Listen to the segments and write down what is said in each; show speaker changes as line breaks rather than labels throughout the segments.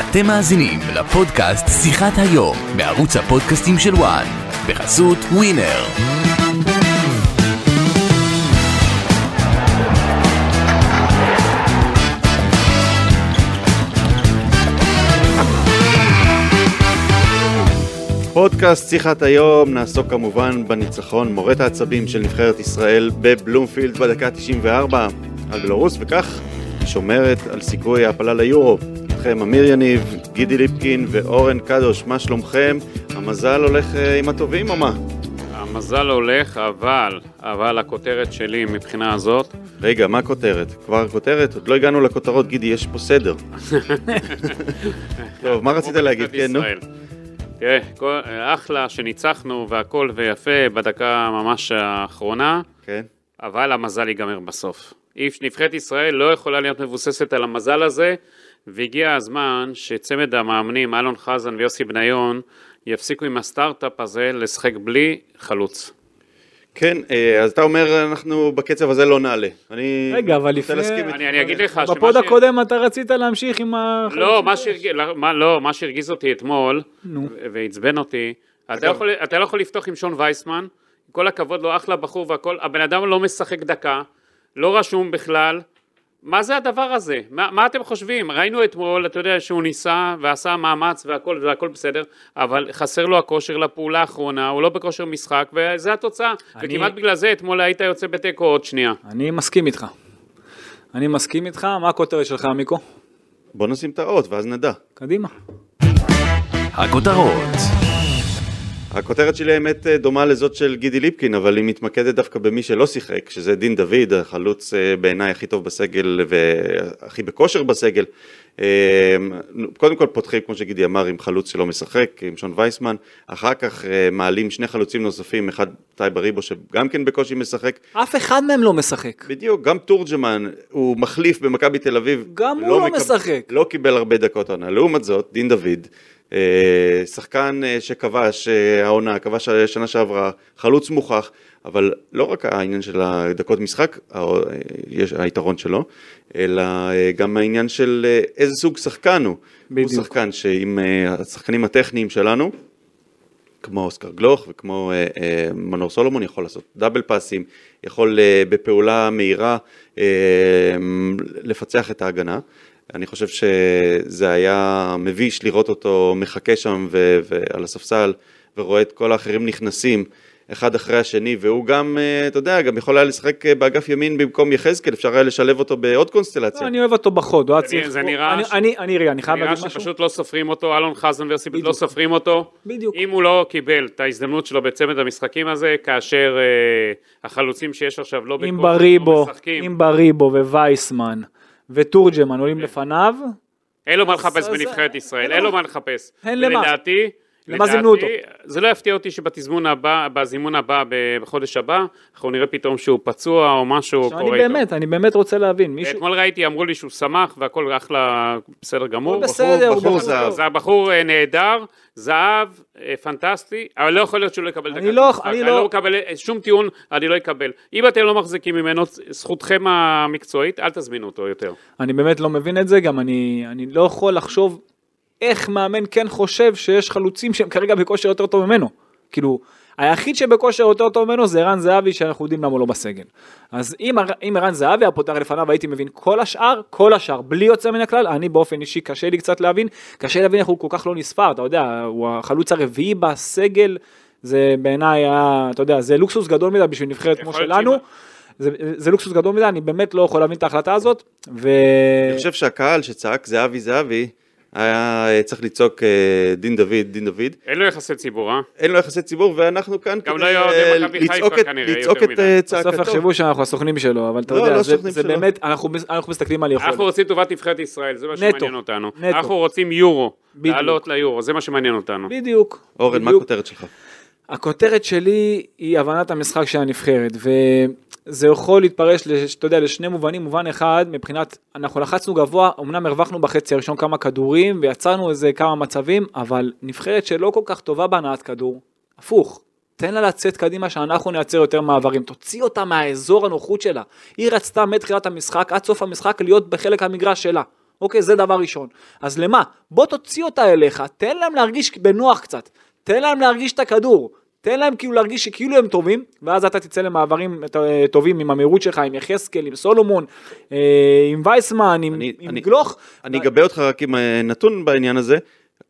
אתם מאזינים לפודקאסט שיחת היום בערוץ הפודקאסטים של וואן בחסות ווינר.
פודקאסט שיחת היום נעסוק כמובן בניצחון מורט העצבים של נבחרת ישראל בבלומפילד בדקה 94 על בלרוס וכך שומרת על סיכוי העפלה ליורו. איתכם אמיר יניב, גידי ליפקין ואורן קדוש, מה שלומכם? המזל הולך אה, עם הטובים או מה?
המזל הולך, אבל, אבל הכותרת שלי מבחינה הזאת,
רגע, מה הכותרת? כבר כותרת? עוד לא הגענו לכותרות, גידי, יש פה סדר. טוב, מה רצית
כמו
להגיד?
בנבחרת
כן, נו.
ישראל. תראה, כל- אחלה שניצחנו והכל ויפה בדקה ממש האחרונה,
כן,
אבל המזל ייגמר בסוף. איף נבחרת ישראל לא יכולה להיות מבוססת על המזל הזה, והגיע הזמן שצמד המאמנים אלון חזן ויוסי בניון יפסיקו עם הסטארט-אפ הזה לשחק בלי חלוץ.
כן, אה, אז אתה אומר, אנחנו בקצב הזה לא נעלה. אני
רגע, אבל
רוצה
לפני-
להסכים איתך.
אני אני אגיד לך אה, שמה
בפוד
ש-
הקודם אתה רצית להמשיך עם ה...
לא, מה שהרגיז- לא, מה- לא, מה שהרגיז אותי אתמול,
נו.
ו- ועצבן אותי, אתה יכול- אתה לא יכול לפתוח עם שון וייסמן, עם כל הכבוד לו, אחלה בחור והכל, הבן אדם לא משחק דקה, לא רשום בכלל. מה זה הדבר הזה? מה, מה אתם חושבים? ראינו אתמול, אתה יודע, שהוא ניסה ועשה מאמץ והכל, והכל בסדר, אבל חסר לו הכושר לפעולה האחרונה, הוא לא בכושר משחק, וזה התוצאה.
אני-
וכמעט בגלל זה אתמול היית יוצא בתיקו עוד שנייה.
אני מסכים איתך. אני מסכים איתך, מה הכותרת שלך, מיקו?
בוא נשים את האות ואז נדע.
קדימה.
הכותרות
הכותרת שלי האמת אה, דומה לזאת של גידי ליפקין, אבל היא מתמקדת דווקא במי שלא שיחק, שזה דין דוד, החלוץ אה, בעיניי הכי טוב בסגל והכי בכושר בסגל. אה, קודם כל פותחים, כמו שגידי אמר, עם חלוץ שלא משחק, עם שון וייסמן, אחר כך אה, מעלים שני חלוצים נוספים, אחד טייב אריבו שגם כן בקושי משחק,
אף אחד מהם לא משחק.
בדיוק, גם תורג'מן הוא מחליף במכבי תל אביב.
גם הוא לא משחק.
לא קיבל הרבה דקות העונה. לעומת זאת, דין דוד, אה, שחקן אה, שכבש אה, העונה, כבש שנה שעברה, חלוץ מוכח, אבל לא רק העניין של הדקות משחק, ה- אה, יש היתרון שלו, אלא אה, גם העניין של אה, איזה סוג שחקן הוא.
בדיוק.
הוא שחקן שעם אה, השחקנים הטכניים שלנו, כמו אוסקר גלוך וכמו אה, אה, מנור סולומון, יכול לעשות דאבל פאסים, יכול אה, בפעולה מהירה אה, לפצח את ההגנה. אני חושב שזה היה מביש לראות אותו מחכה שם ו- ועל הספסל ורואה את כל האחרים נכנסים אחד אחרי השני והוא גם, אה, אתה יודע, גם יכול היה לשחק אה, באגף ימין במקום יחזקאל, אפשר היה לשלב אותו בעוד קונסטלציה.
לא, אני אוהב אותו בחוד, הוא היה
זה
צריך...
נראה- זה
הוא-
נראה
אני-
ש-
אני, אני, רגע, אני חייב
נראה
להגיד משהו.
שפשוט לא סופרים אותו, אלון חזן ויוסיפיט לא
בדיוק.
סופרים אותו.
בדיוק.
אם הוא לא קיבל את ההזדמנות שלו בצמד המשחקים הזה, כאשר אה, החלוצים שיש עכשיו לא
אם
בכושר, לא
בריבו,
משחקים,
אם בריבו ווייסמן ותורג'מן עולים
אוקיי.
לפניו,
אין לו מה לחפש
אז-
בנבחרת ישראל,
אין
אין
לו-
לו מה לחפש.
אין למה.
ולדעתי,
למה
לדעתי,
זימנו אותו?
זה לא יפתיע אותי שבתזמון הבא, בזימון הבא, ב- בחודש הבא, אנחנו נראה פתאום שהוא פצוע או משהו
עכשיו, אני
קורה איתו.
באמת, אני באמת רוצה להבין, מישהו...
אתמול ראיתי, אמרו לי שהוא שמח והכל אחלה, בסדר גמור.
בסדר,
בחור
הוא
זהב.
בחור
זה הבחור אה, נהדר, זהב, אה, פנטסטי, אבל לא יכול להיות שהוא לא יקבל
אני לא-
משחק.
אני
אני
לא-
לא מקבל אה, שום טיעון, אני לא אקבל. אם אתם לא מחזיקים ממנו, זכותכם המקצועית, אל תזמינו אותו יותר.
אני באמת לא מבין את זה, גם אני, אני לא יכול לחשוב איך מאמן כן חושב שיש חלוצים שהם כרגע בכושר יותר טוב ממנו. כאילו, היחיד שבכושר יותר טוב ממנו זה ערן זהבי, שאנחנו יודעים למה הוא לא בסגל. אז אם ער- אם ערן זהבי היה פותח לפניו הייתי מבין כל השאר, כל השאר, בלי יוצא מן הכלל, אני באופן אישי קשה לי קצת להבין, קשה לי להבין איך הוא כל כך לא נספר, אתה יודע, הוא החלוץ הרביעי בסגל, זה בעיניי היה, אתה יודע, זה לוקסוס גדול מדי בשביל נבחרת כמו
יכול להיות שאם-
שלנו. זה, זה לוקסוס גדול מדי, אני באמת לא יכול להבין את ההחלטה הזאת, ו...
אני חושב שהקהל שצעק זהבי זהבי, היה אה, צריך לצעוק אה, דין דוד, דין דוד.
אין לו יחסי ציבור, אה?
אין לו יחסי ציבור, ואנחנו כאן
גם
כדי
לא יהיה
אה,
אוהדי מכבי חיפה
לצעוק את-
כנראה,
לצעוק
יותר
את
מדי.
אה,
בסוף
צעקתו.
יחשבו שאנחנו הסוכנים שלו, אבל אתה
לא,
יודע,
לא
זה-
הסוכנים
זה
שלו.
באמת, אנחנו מס- אנחנו מסתכלים על
אנחנו
יכולת.
רוצים טובת נבחרת ישראל, זה מה
נטו,
שמעניין אותנו.
נטו.
אנחנו רוצים יורו,
בדיוק.
לעלות ליורו, זה מה שמעניין אותנו.
בדיוק.
אורן, מה
בדיוק.
הכותרת שלך?
הכותרת שלי היא הבנת המשחק של הנבחרת, וזה יכול להתפרש, לש- אתה יודע, לשני מובנים. מובן אחד, מבחינת, אנחנו לחצנו גבוה, אמנם הרווחנו בחצי הראשון כמה כדורים, ויצרנו איזה כמה מצבים, אבל נבחרת שלא כל כך טובה בהנעת כדור, הפוך. תן לה לצאת קדימה שאנחנו נייצר יותר מעברים, תוציא אותה מהאזור הנוחות שלה. היא רצתה מתחילת המשחק עד סוף המשחק להיות בחלק המגרש שלה. אוקיי, זה דבר ראשון. אז למה? בוא תוציא אותה אליך, תן להם להרגיש בנוח קצת, תן להם להרגיש את הכדור, תן להם כאילו להרגיש שכאילו הם טובים, ואז אתה תצא למעברים אה, טובים עם המהירות שלך, עם יחזקאל, עם סולומון, אה, עם וייסמן, עם,
אני-
עם
אני-
גלוך.
אני אגבה אותך רק עם אה, נתון בעניין הזה,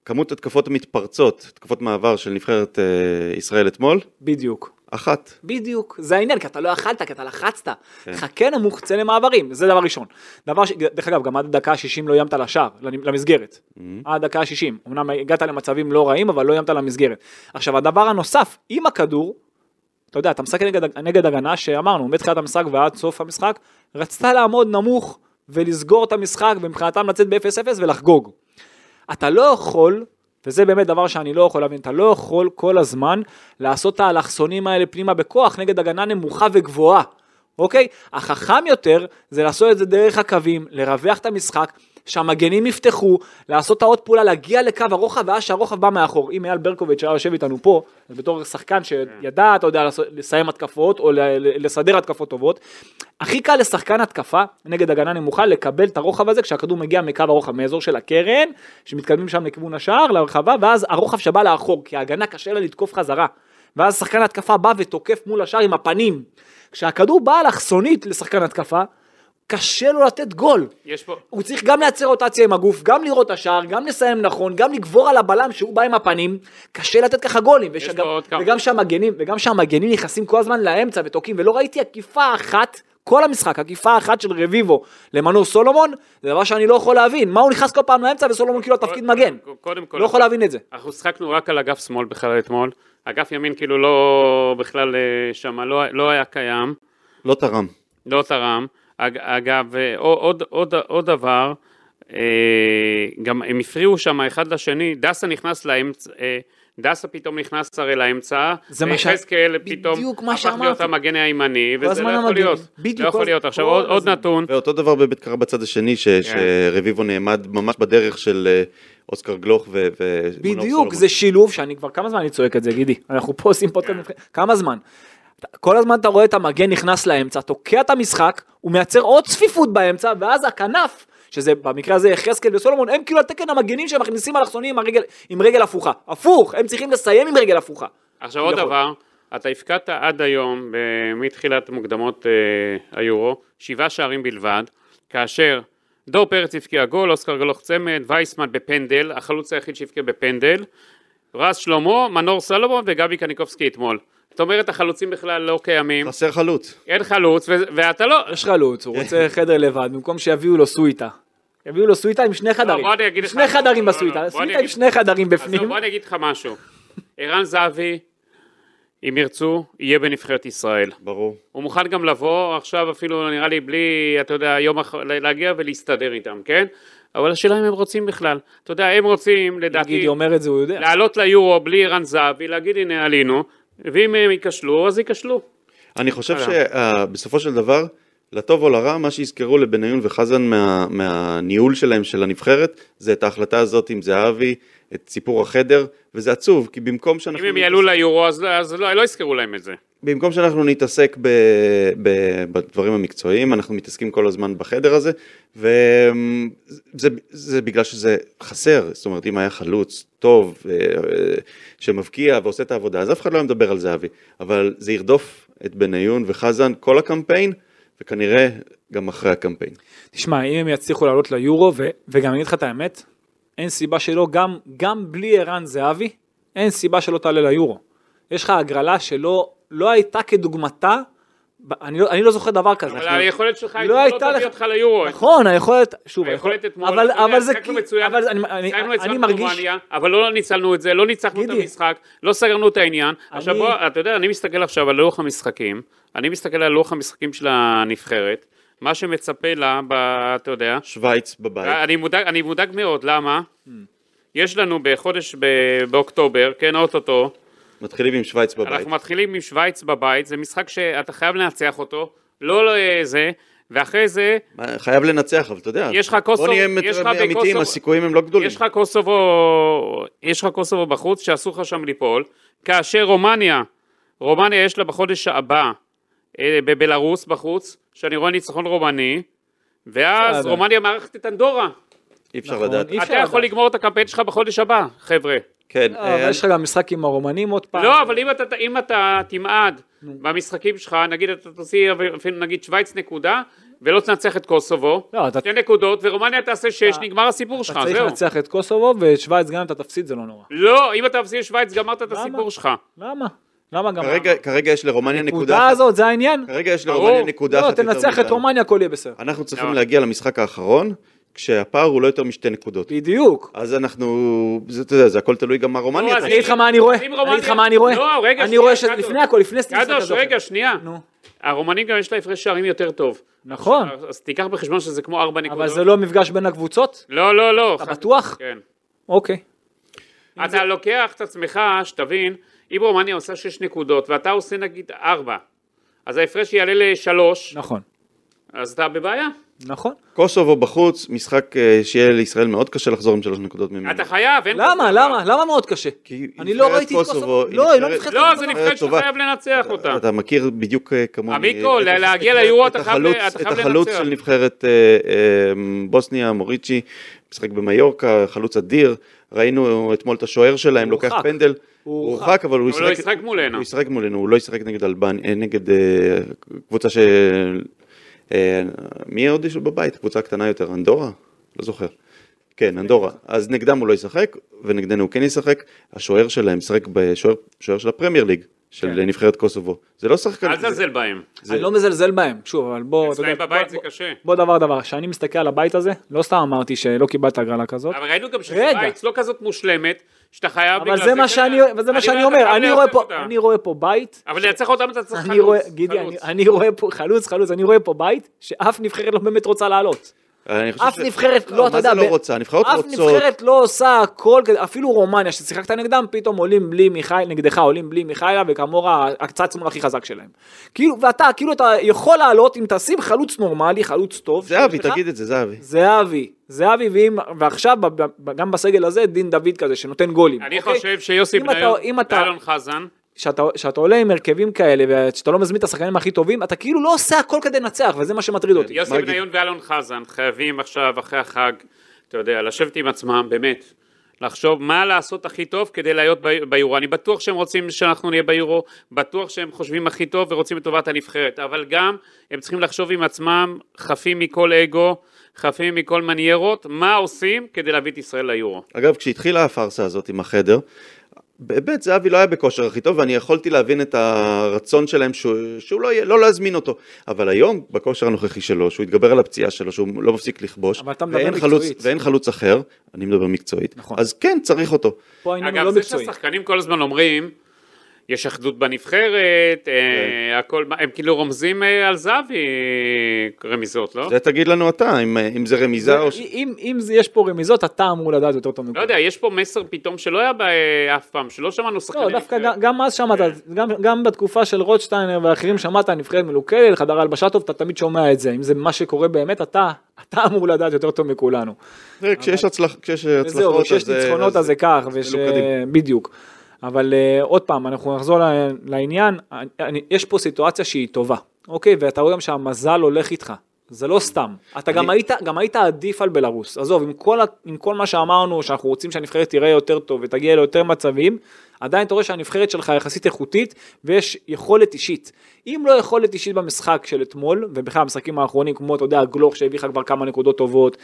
כמות התקפות המתפרצות, התקפות מעבר של נבחרת אה, ישראל אתמול,
בדיוק.
אחת.
בדיוק, זה העניין, כי אתה לא אכלת, כי אתה לחצת. חכה נמוך, צא למעברים, זה דבר ראשון. דבר ש... דרך אגב, גם עד הדקה ה-60 לא איימת לשער, למסגרת. עד הדקה ה-60. אמנם הגעת למצבים לא רעים, אבל לא איימת למסגרת. עכשיו, הדבר הנוסף, עם הכדור, אתה יודע, אתה משחק נגד, נגד הגנה שאמרנו, מתחילת המשחק ועד סוף המשחק, רצתה לעמוד נמוך ולסגור את המשחק, ומבחינתם לצאת ב-0-0 ולחגוג. אתה לא יכול, וזה באמת דבר שאני לא יכול להבין, אתה לא יכול כל הזמן לעשות את האלכסונים האלה פנימה בכוח נגד הגנה נמוכה וגבוהה, אוקיי? החכם יותר זה לעשות את זה דרך הקווים, לרווח את המשחק. שהמגנים יפתחו, לעשות את העוד פעולה, להגיע לקו הרוחב, ואז שהרוחב בא מאחור. אם אייל ברקוביץ' היה יושב איתנו פה, אז בתור שחקן שידע, אתה יודע, לעשות- לסיים התקפות, או ל- ל- לסדר התקפות טובות, הכי קל לשחקן התקפה נגד הגנה נמוכה לקבל את הרוחב הזה כשהכדור מגיע מקו הרוחב מאזור של הקרן שמתקדמים שם לכיוון השער לרחבה ואז הרוחב שבא לאחור כי ההגנה קשה לה לתקוף חזרה ואז שחקן התקפה בא ותוקף מול השער עם הפנים כשהכדור בא אלכסונית לשחקן התקפה קשה לו לתת גול
יש פה...
הוא צריך גם לייצר רוטציה עם הגוף, גם לראות את השער, גם לסיים נכון, גם לגבור על הבלם שהוא בא עם הפנים, קשה לתת ככה גולים,
פה עוד כמה.
וגם שהמגנים, וגם שהמגנים נכנסים כל הזמן לאמצע ותוקעים, ולא ראיתי עקיפה אחת, כל המשחק, עקיפה אחת של רביבו למנור סולומון, זה דבר שאני לא יכול להבין, מה הוא נכנס כל פעם לאמצע וסולומון כאילו התפקיד מגן,
קודם כל...
לא יכול להבין את זה.
אנחנו שחקנו רק על אגף שמאל בכלל אתמול. אגף ימין כאילו לא בכלל אה, שמה, לא, לא היה קיים,
לא תרם.
לא תרם. אג, אגב, אה, עוד, עוד, עוד דבר, אה, גם הם הפריעו שם אחד לשני, דסה נכנס לאמצע, אה, דסה פתאום נכנס הרי לאמצע,
זה מה ש-
ויחזקאל פתאום
בדיוק מה
הפך
שאמרתי.
להיות המגן הימני, וזה
הזמן
לא יכול
המגן,
להיות,
בדיוק,
לא יכול
כל-
להיות. עכשיו
כל
עוד, עוד
הזמן.
נתון,
ואותו דבר באמת קרה בצד השני, ש-
כן.
שרביבו נעמד ממש בדרך של אה, אוסקר גלוך ו... ו- מנור
בדיוק,
סולומון.
זה שילוב שאני כבר, כמה זמן אני צועק את זה, גידי? אנחנו פה עושים פודקאסט, כמה זמן? אתה- כל הזמן אתה רואה את המגן נכנס לאמצע, תוקע את המשחק, הוא מייצר עוד צפיפות באמצע, ואז הכנף, שזה במקרה הזה יחזקאל וסולומון, הם כאילו התקן המגנים שמכניסים אלכסונים עם הרגל- עם רגל הפוכה. הפוך, הם צריכים לסיים עם רגל הפוכה.
עכשיו עוד
יכול.
דבר, אתה הפקדת עד היום, ב- מתחילת מוקדמות אה, היורו, שבעה שערים בלבד, כאשר דור פרץ הבקיע גול, אוסקר גלוך צמד, וייסמן בפנדל, החלוץ היחיד שהבקיע בפנדל, רז שלמה, מנור סלומון וגבי קניקובסקי אתמול. זאת אומרת, החלוצים בכלל לא קיימים,
חסר חלוץ.
אין חלוץ, ו- ואתה לא...
יש חלוץ, הוא רוצה חדר לבד, במקום שיביאו לו סוויטה. יביאו לו סוויטה עם שני חדרים.
לא, בוא אני אגיד
עם
לך.
שני חדרים
לא, לא,
בסוויטה,
בוא אני
סוויטה עם
אגיד-
שני חדרים
עזוב,
בפנים.
בוא אני אגיד לך משהו. ערן זהבי, אם ירצו, יהיה בנבחרת ישראל.
ברור.
הוא מוכן גם לבוא עכשיו אפילו נראה לי בלי, אתה יודע, יום אחר, להגיע ולהסתדר איתם, כן? אבל השאלה אם הם רוצים בכלל. אתה יודע, הם רוצים,
גידי
לדעתי,
אומר את זה, הוא יודע.
לעלות ליורו בלי ערן זהבי, להגיד הנה עלינו, ואם הם ייכשלו, אז ייכשלו.
אני חושב
הלאה.
שבסופו של דבר, לטוב או לרע, מה שיזכרו לבניון וחזן מה, מהניהול שלהם של הנבחרת, זה את ההחלטה הזאת עם זהבי, את סיפור החדר, וזה עצוב, כי במקום שאנחנו...
אם הם יעלו ליורו, אז, לא- אז לא, לא יזכרו להם את זה.
במקום שאנחנו נתעסק ב, ב, בדברים המקצועיים, אנחנו מתעסקים כל הזמן בחדר הזה, וזה זה בגלל שזה חסר, זאת אומרת, אם היה חלוץ טוב אה, אה, שמבקיע ועושה את העבודה, אז אף אחד לא היה מדבר על זהבי, אבל זה ירדוף את בניון וחזן כל הקמפיין, וכנראה גם אחרי הקמפיין.
תשמע, אם הם יצליחו לעלות ליורו, ו, וגם אני אגיד לך את האמת, אין סיבה שלא, גם, גם בלי ערן זהבי, אין סיבה שלא תעלה ליורו. יש לך הגרלה שלא לא הייתה כדוגמתה, ב- אני לא, אני לא זוכר דבר כזה.
אבל
אנחנו-
היכולת שלך
לא
לא
הייתה
תביא
לך-
אותך ליורו.
נכון, היכולת, שוב,
היכולת אתמול,
אבל,
אתה יודע,
אבל זה,
שיחקנו
כי-
מצוין.
אבל אני, אני,
שיחקנו
אני,
אצלנו
מרגיש,
רומניה, אבל לא ניצלנו את זה, לא ניצחנו את
גידי.
המשחק, לא סגרנו את העניין. עכשיו
אני-
בוא, אתה יודע, אני מסתכל עכשיו על לוח המשחקים, אני מסתכל על לוח המשחקים של הנבחרת, מה שמצפה לה, ב, אתה יודע,
שווייץ בבית,
אני מודאג, אני מודאג מאוד, למה?
Hmm.
יש לנו בחודש, ב- באוקטובר, כן, אוטוטו,
מתחילים עם שווייץ בבית.
אנחנו מתחילים עם שווייץ בבית, זה משחק שאתה חייב לנצח אותו, לא לא, אה, זה, ואחרי זה
מה, חייב לנצח, אבל אתה יודע,
יש לך קוסוב-
בוא נהיה
יש לך
אמיתיים,
בקוסוב-
הסיכויים הם לא גדולים.
יש לך קוסובו, יש לך קוסובו בחוץ שאסור לך שם ליפול, כאשר רומניה, רומניה יש לה בחודש הבא אה, בבלארוס בחוץ, שאני רואה ניצחון רומני, ואז
בסדר.
רומניה מארחת את אנדורה,
אי אפשר
נכון,
לדעת.
אי אפשר
אתה יכול
לדעת.
לגמור את הקמפיין שלך בחודש הבא, חבר'ה.
כן,
לא,
אה,
אבל יש לך גם משחק עם הרומנים עוד פעם.
לא, אבל אם אתה, אם אתה תמעד במשחקים שלך, נגיד אתה תוציא אפילו נגיד שווייץ נקודה, ולא תנצח את קוסובו,
לא, אתה-
שתי נקודות, ורומניה תעשה שש,
אתה-
נגמר הסיפור שלך,
אתה צריך
זהו.
לנצח את קוסובו, ואת שווייץ גם אם אתה תפסיד זה לא נורא.
לא, אם אתה מפסיד שווייץ, גמרת את
למה?
הסיפור שלך.
למה? למה גם...
כרגע- כרגע יש לרומניה
הנקודה
נקודה אחת.
הזאת, זה העניין.
כרגע יש
ברור.
לרומניה נקודה
לא,
אחת יותר
תנצח את
מאיתנו.
רומניה, הכל יהיה בסדר.
אנחנו צריכים
יאללה.
להגיע למשחק האחרון, כשהפער הוא לא יותר משתי נקודות.
בדיוק.
אז אנחנו, זה, אתה יודע, זה הכל תלוי גם מה רומניה.
לא,
תעשה.
אני אגיד לך מה אני רואה.
אם
אני
רומניה-
אגיד לך מה אני רואה.
לא, רגע,
אני
שנייה,
רואה שלפני
קדוש.
הכל, לפני סטיסת
קדוש, רגע, שנייה.
נו.
הרומנים גם יש לה הפרש שערים יותר טוב.
נכון.
אז- אז תיקח בחשבון שזה כמו ארבע נקודות.
אבל זה לא מפגש בין הקבוצות?
לא, לא, לא.
אתה
חד-
בטוח?
כן.
אוקיי.
אתה לוקח את עצמך, שתבין, אם רומניה עושה שש נקודות, ואתה עושה נגיד ארבע, אז ההפרש יעלה לשלוש,
נכון.
אז אתה בבעיה.
נכון.
קוסובו בחוץ, משחק אה, שיהיה לישראל מאוד קשה לחזור עם שלוש נקודות ממנו.
אתה חייב, אין...
למה?
כזה
למה? למה מאוד קשה?
כי
אני לא
נבחרת
ראיתי את קוסובו.
היא
לא, היא לא נבחרת
דבר. לא, זה
טובה.
נבחרת שאתה
אה, טובה.
חייב לנצח אותה.
אתה מכיר בדיוק אה, כמוני.
עמיקו,
את
לה-
הח-
להגיע
את ה-
ליורו
את
אתה חייב ל-
החלוץ-
אתה חייב
את החלוץ
לנצח.
של נבחרת אה, אה, בוסניה, מוריצ'י, משחק במיורקה, חלוץ אדיר. ראינו אתמול את השוער שלהם,
הוא
לוקח
הורחק.
פנדל.
הוא
הוא
הורחק.
הורחק, אבל הוא
אבל הוא לא
ישחק...
ישחק מולנו.
הוא ישחק מולנו, הוא לא ישחק נגד אלבנ... אה, נגד אה, קבוצה של... אה, מי עוד יש לו בבית? קבוצה קטנה יותר, אנדורה? לא זוכר. כן, אנדורה. אז נגדם הוא לא ישחק, ונגדנו הוא כן ישחק. השוער שלהם ישחק בשוער שוער של הפרמייר ליג, של נבחרת קוסובו. זה לא שחקן...
אל תזלזל בהם.
כן. זה-
אני לא מזלזל בהם. שוב, אבל בוא... אתה
אצלם
יודע,
בבית
בוא-
זה קשה.
בוא דבר דבר, כשאני מסתכל על הבית הזה, לא סתם אמרתי שלא קיבלת הגרלה כזאת,
אבל ראינו גם
רגע.
ששווייץ לא כזאת מושלמת, שאתה חייב...
אבל
בגלל
זה מה
כן,
שאני אבל זה מה שאני
אתה חייב
אומר, אני רואה
לנצח
פה-
אותה.
אני רואה פה בית,
אבל לנצח אותם אתה צריך
אני רואה,
חלוץ.
גידי, אני-
חלוץ.
אני רואה פה, חלוץ, חלוץ, אני רואה פה בית שאף נבחרת לא באמת רוצה לעלות.
אני חושב
אף
ש-
נבחרת לא, אתה יודע,
מה זה
ב-
לא רוצה? הנבחרות
אף
רוצות...
נבחרת לא עושה הכל, כדי- אפילו רומניה ששיחקת נגדם, פתאום עולים בלי מיכאל, נגדך עולים בלי מיכאלה וכמורה הקצת שמאל הכי חזק שלהם. כאילו, ואתה, כאילו אתה יכול לעלות אם תשים חלוץ נורמלי, חלוץ טוב.
זהבי,
שיש לך,
תגיד את זה, זהבי.
זהבי, זהבי, ואם, ועכשיו ב- ב- גם בסגל הזה דין דוד כזה שנותן גולים.
אני
אוקיי?
חושב שיוסי
אם אתה-
בניון
אם אתה-
ואלון חזן,
שאתה, שאתה עולה עם הרכבים כאלה ושאתה לא מזמין את השחקנים הכי טובים, אתה כאילו לא עושה הכל כדי לנצח, וזה מה שמטריד אותי.
יוסי
מרגי.
בניון ואלון חזן חייבים עכשיו, אחרי החג, אתה יודע, לשבת עם עצמם, באמת, לחשוב מה לעשות הכי טוב כדי להיות ב- ביורו. אני בטוח שהם רוצים שאנחנו נהיה ביורו, בטוח שהם חושבים הכי טוב ורוצים את טובת הנבחרת, אבל גם הם צריכים לחשוב עם עצמם, חפים מכל אגו, חפים מכל מניירות, מה עושים כדי להביא את ישראל ליורו.
אגב, כשהתחילה הפארסה הזאת עם החדר, באמת זהבי לא היה בכושר הכי טוב, ואני יכולתי להבין את הרצון שלהם שהוא, שהוא לא, יהיה- לא להזמין אותו. אבל היום, בכושר הנוכחי שלו, שהוא התגבר על הפציעה שלו, שהוא לא מפסיק לכבוש,
אבל אתה מדבר
ואין
מקצועית.
חלוץ, ואין חלוץ אחר, אני מדבר מקצועית,
נכון.
אז כן, צריך אותו.
פה העניין הוא
אגב,
לא
זה
מקצועי.
שהשחקנים כל הזמן אומרים, יש אחדות בנבחרת,
כן.
אה, הכל, הם כאילו רומזים אה, על זהבי אה, רמיזות, לא?
זה תגיד לנו אתה, אם, אם זה רמיזה או ש...
אם, אם זה- יש פה רמיזות, אתה אמור לדעת יותר טוב
לא
מכולם.
יודע, יש פה מסר פתאום שלא היה בה אה, אף פעם, שלא שמענו שחקנים. כן.
לא, דווקא
נבחרת.
גם- גם אז שמעת, גם, גם בתקופה של רוטשטיינר ואחרים שמעת נבחרת מלוכדת, חדר הלבשה טוב, אתה תמיד שומע את זה. אם זה מה שקורה באמת, אתה, אתה אמור לדעת יותר טוב מכולנו.
תראה, כשיש הצלח- כשיש
וזהו,
הצלחות, אה,
וכשיש ניצחונות אז זה לא כך, וש...
לא מלוכדים.
בדיוק. אבל אה, עוד פעם, אנחנו נחזור ל- לעניין, אני- אני- יש פה סיטואציה שהיא טובה, אוקיי? ואתה רואה גם שהמזל הולך איתך, זה לא סתם. אתה גם
אני-
היית, גם היית עדיף על בלארוס, עזוב, עם כל, ה- עם כל מה שאמרנו, שאנחנו רוצים שהנבחרת תיראה יותר טוב ותגיע ליותר מצבים, עדיין אתה רואה שהנבחרת שלך יחסית איכותית, ויש יכולת אישית. אם לא יכולת אישית במשחק של אתמול, ובכלל המשחקים האחרונים, כמו, אתה יודע, גלוך שהביא לך כבר כמה נקודות טובות,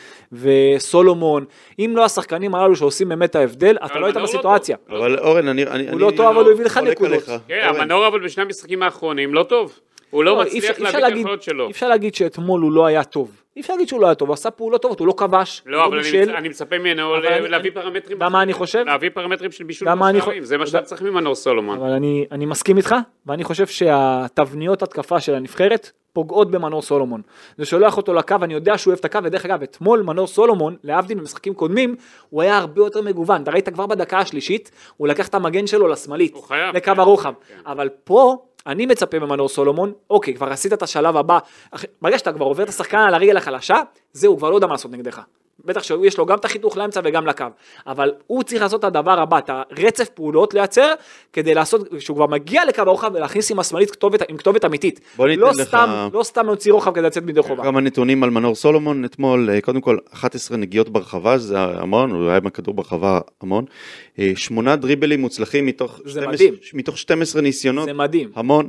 וסולומון, אם לא השחקנים הללו שעושים באמת ההבדל, אתה
אבל
לא היית
מנור לא
בסיטואציה.
אבל אורן, אני... אני-
הוא לא
אני-
טוב, אבל הוא הביא לך
חולק
נקודות.
עליך.
כן,
אורן,
המנור אבל בשני המשחקים האחרונים לא טוב. הוא לא
אי אפשר-
מצליח
אי
להביא
אפשר
את
להגיד-
היכולות שלו.
אי אפשר להגיד שאתמול הוא לא היה טוב. אי אפשר להגיד שהוא לא היה טוב, הוא עשה פעולות טובות, הוא לא כבש, הוא
לא, אבל אני
בישל.
מצ- אני מצפה ממנו
אבל
ל-
אני-
להביא פרמטרים.
אתה יודע מה אני חושב?
להביא פרמטרים של בישול
למה אני חו-
שערים. זה מה שאתה
אתה-
צריך ממנור סולומון.
אבל אני, אני מסכים איתך, ואני חושב שהתבניות התקפה של הנבחרת פוגעות במנור סולומון. זה שולח אותו לקו, אני יודע שהוא אוהב את הקו, ודרך אגב, אתמול מנור סולומון, להבדיל ממשחקים קודמים, הוא היה הרבה יותר מגוון. אתה ראית כבר בדקה השלישית, הוא לקח את המגן שלו לשמאלית,
הוא חייב,
לקו
כן.
הרוחב. אבל פה... אני מצפה ממנור סולומון, אוקיי, כבר עשית את השלב הבא, אח- ברגע שאתה כבר עובר את השחקן על הרגל החלשה, זהו, הוא כבר לא יודע מה לעשות נגדך. בטח שיש לו גם את החיתוך לאמצע וגם לקו, אבל הוא צריך לעשות את הדבר הבא, את הרצף פעולות לייצר, כדי לעשות, כשהוא כבר מגיע לקו הרוחב ולהכניס עם השמאלית כתובת, עם כתובת אמיתית.
בוא ניתן
לא
לך-
סתם, לא סתם להוציא רוחב כדי לצאת מידי חובה.
כמה נתונים על מנור סולומון אתמול, אה, קודם כל 11 נגיעות ברחבה, שזה המון, הוא היה עם הכדור ברחבה המון, אה, שמונה דריבלים מוצלחים מתוך,
זה מדהים.
מתוך 12 ניסיונות,
זה מדהים.
המון,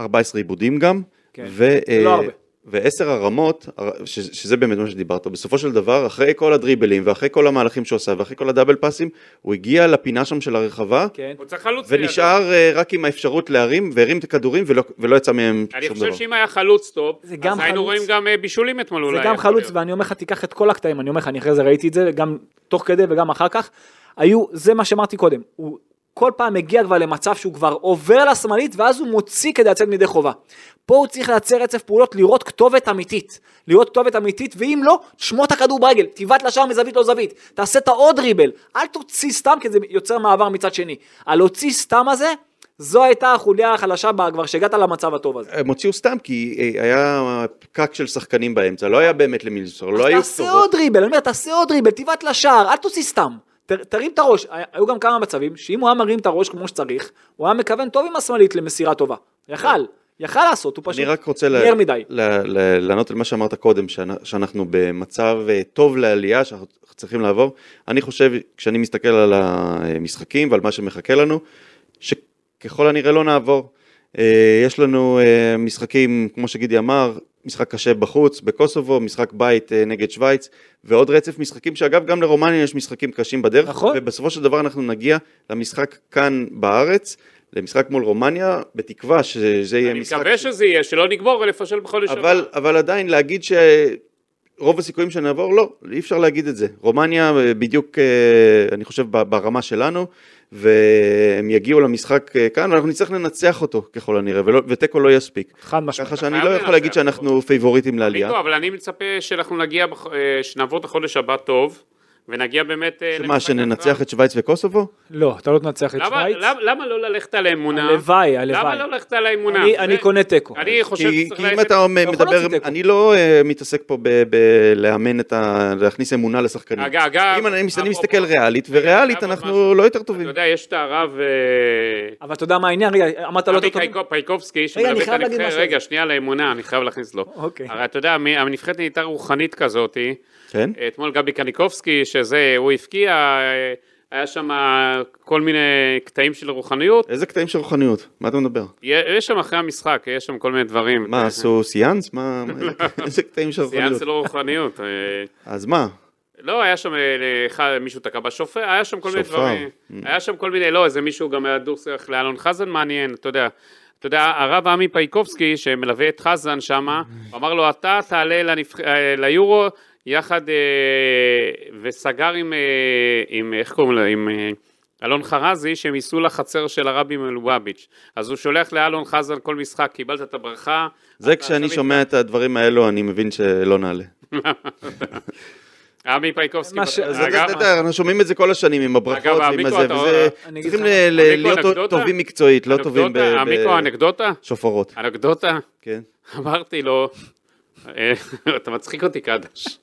14 עיבודים גם,
כן.
ו- אה,
זה לא הרבה.
ועשר הרמות, הר- ש- שזה באמת מה שדיברת, בסופו של דבר, אחרי כל הדריבלים, ואחרי כל המהלכים שהוא עשה, ואחרי כל הדאבל פאסים, הוא הגיע לפינה שם של הרחבה,
כן.
הוא צריך חלוץ. לידו.
ונשאר אה, רק עם האפשרות להרים, והרים את הכדורים, ולא- ולא יצא מהם
אני
שום דבר.
חושב שאם היה חלוץ טוב,
זה גם
אז היינו
חלוץ.
רואים גם אה, בישולים אתמול אולי.
זה גם
יכול
חלוץ,
להיות.
ואני אומר לך, תיקח את כל הקטעים, אני אומר לך, אני אחרי זה ראיתי את זה, גם תוך כדי וגם אחר כך. היו, זה מה שאמרתי קודם, הוא כל פעם מגיע כבר למצב שהוא כבר עובר לשמאלית, ואז הוא מוציא כדי לצאת מידי חובה. פה הוא צריך לייצר רצף פעולות, לראות כתובת אמיתית. לראות כתובת אמיתית, ואם לא, שמור את הכדור ברגל, תבעט לשער מזווית לא זווית, תעשה את העוד ריבל, אל תוציא סתם, כי זה יוצר מעבר מצד שני. הלהוציא סתם הזה, זו הייתה החוליה החלשה בה, כבר שהגעת למצב הטוב הזה.
הם הוציאו סתם כי אה, היה פקק של שחקנים באמצע, לא היה באמת למי למסור, לא היו
אז תעשה
כתובות.
עוד דריבל, אני אומר, תעשה עוד דריבל, תבעט לשער, אל תוציא סתם. ת- תרים את הראש, היה- היו גם כמה מצבים, שאם הוא היה מרים את הראש כמו שצריך, הוא היה מכוון טוב עם השמאלית למסירה טובה. יכל, יכל לעשות, הוא פשוט
אני רק רוצה ל-
מהר מדי.
ל- ל- לענות על מה שאמרת קודם, שאנ- שאנחנו במצב אה, טוב לעלייה, שאנחנו צריכים לעבור. אני חושב, כשאני מסתכל על המשחקים ועל מה שמחכה לנו, שככל הנראה לא נעבור. אה, יש לנו אה, משחקים, כמו שגידי אמר, משחק קשה בחוץ, בקוסובו, משחק בית אה, נגד שווייץ, ועוד רצף משחקים, שאגב, גם לרומניה יש משחקים קשים בדרך.
נכון.
ובסופו של דבר אנחנו נגיע למשחק כאן בארץ, למשחק מול רומניה, בתקווה שזה יהיה
אני
משחק...
מקווה שזה יהיה, שלא נגמור ונפשל בחודש הבא.
אבל, אבל עדיין להגיד שרוב הסיכויים שנעבור, לא, אי אפשר להגיד את זה. רומניה אה, בדיוק, אה, אני חושב, ב- ברמה שלנו, והם יגיעו למשחק אה, כאן, ואנחנו נצטרך לנצח אותו ככל הנראה, ולא- ותיקו לא יספיק.
חד משמעית.
ככה שאני
חייב
לא
לנצח
יכול להגיד
אותו.
שאנחנו פייבוריטים לעלייה.
לא, אבל אני מצפה שאנחנו נגיע, בח- אה, שנעבור את החודש הבא טוב, ונגיע באמת... אה,
מה,
למשחק
שננצח
ההכרעה.
את שווייץ וקוסובו?
לא, אתה לא תנצח את
למה-
שווייץ.
למה- למה לא ללכת על האמונה?
הלוואי,
למה
הלוואי.
לא ללכת על האמונה?
אני-
זה-
אני קונה תיקו.
אני חושב
כי,
שצריך
כי אם
ללכת...
אתה אומר-
יכול
מדבר,
להוציא תיקו.
אני לא אה, מתעסק פה בלאמן את ה... להכניס אמונה לשחקנים.
אגב, אגב,
אם אני אני
אפרופו-
מסתכל ריאלית,
אגב,
וריאלית
עוד
אנחנו
משהו.
לא יותר
אתה
טובים.
יודע, יש את הרב... אה,
אבל אתה יודע מה העניין? רגע, אמרת לא
אבי
טוב.
קייקו- פייקובסקי,
אני
שמלווה את
חייב להגיד
הנבחרת,
משהו על
רגע,
זה.
שנייה לאמונה, אני חייב להכניס לו.
אוקיי.
הרי אתה יודע, מי- הנבחרת נהייתה רוחנית כזאתי,
כן?
אתמול גבי קניקובסקי, שזה, הוא הבקיע, אה, היה שם כל מיני קטעים של רוחניות,
איזה קטעים של רוחניות? מה אתה מדבר?
יש שם אחרי המשחק, יש שם כל מיני דברים.
מה, עשו סיאנס? מה, מה- איזה קטעים של
אה, סיאנס
רוחניות?
זה לא רוחניות. אה,
אז מה?
לא, היה שם אה, אחד, מישהו תקע בשופר, היה שם כל מיני
שופר.
דברים. היה שם כל מיני, לא, איזה מישהו גם היה דו-שיח לאלון חזן מעניין, אתה יודע. אתה יודע, הרב עמי פייקובסקי, שמלווה את חזן שמה, הוא אמר לו, אתה תעלה לנבח... אה, ליורו יחד, אה, וסגר עם, אה, עם, איך קוראים לו, עם אה, אלון חרזי, שהם ייסעו לחצר של הרבי מלובביץ'. אז הוא שולח לאלון חזן כל משחק, קיבלת את הברכה.
זה
אתה
כשאני
עכשיו אה,
שומע את הדברים האלו, אני מבין שלא נעלה.
עמי פייקובסקי.
מה ש-
אז
אגב,
אתה יודע, אנחנו שומעים את זה כל השנים עם
אגב,
הברכות ועם
המיקרו,
הזה,
אתה- אה,
וזה...
אני אגיד
צריכים
לך-
ל- ל-
המיקרו,
להיות
אנקדוטה?
טובים מקצועית, לא
אנקדוטה, אה,
טובים ב- ב-
עמיקו, אנקדוטה?
שופרות.
אנקדוטה?
כן.
אמרתי לו, אה, אתה מצחיק אותי קדש.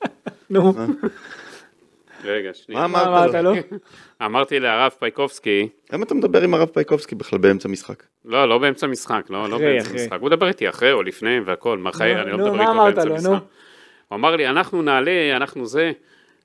נו,
אה,
רגע,
מה
שנייה.
מה אמרת לא.
אמרת לו?
לא-
לו?
אמרתי לרב פייקובסקי,
למה אתה מדבר עם הרב פייקובסקי בכלל באמצע משחק?
לא, לא באמצע משחק, לא, לא
אחרי,
באמצע
אחרי.
משחק. הוא מדבר איתי אחרי או לפני והכל, מה חיי,
נו,
אני לא
נו,
מדבר
מה
איתו
אמרת
באמצע
לו,
משחק.
נו?
הוא אמר לי, אנחנו נעלה, אנחנו זה.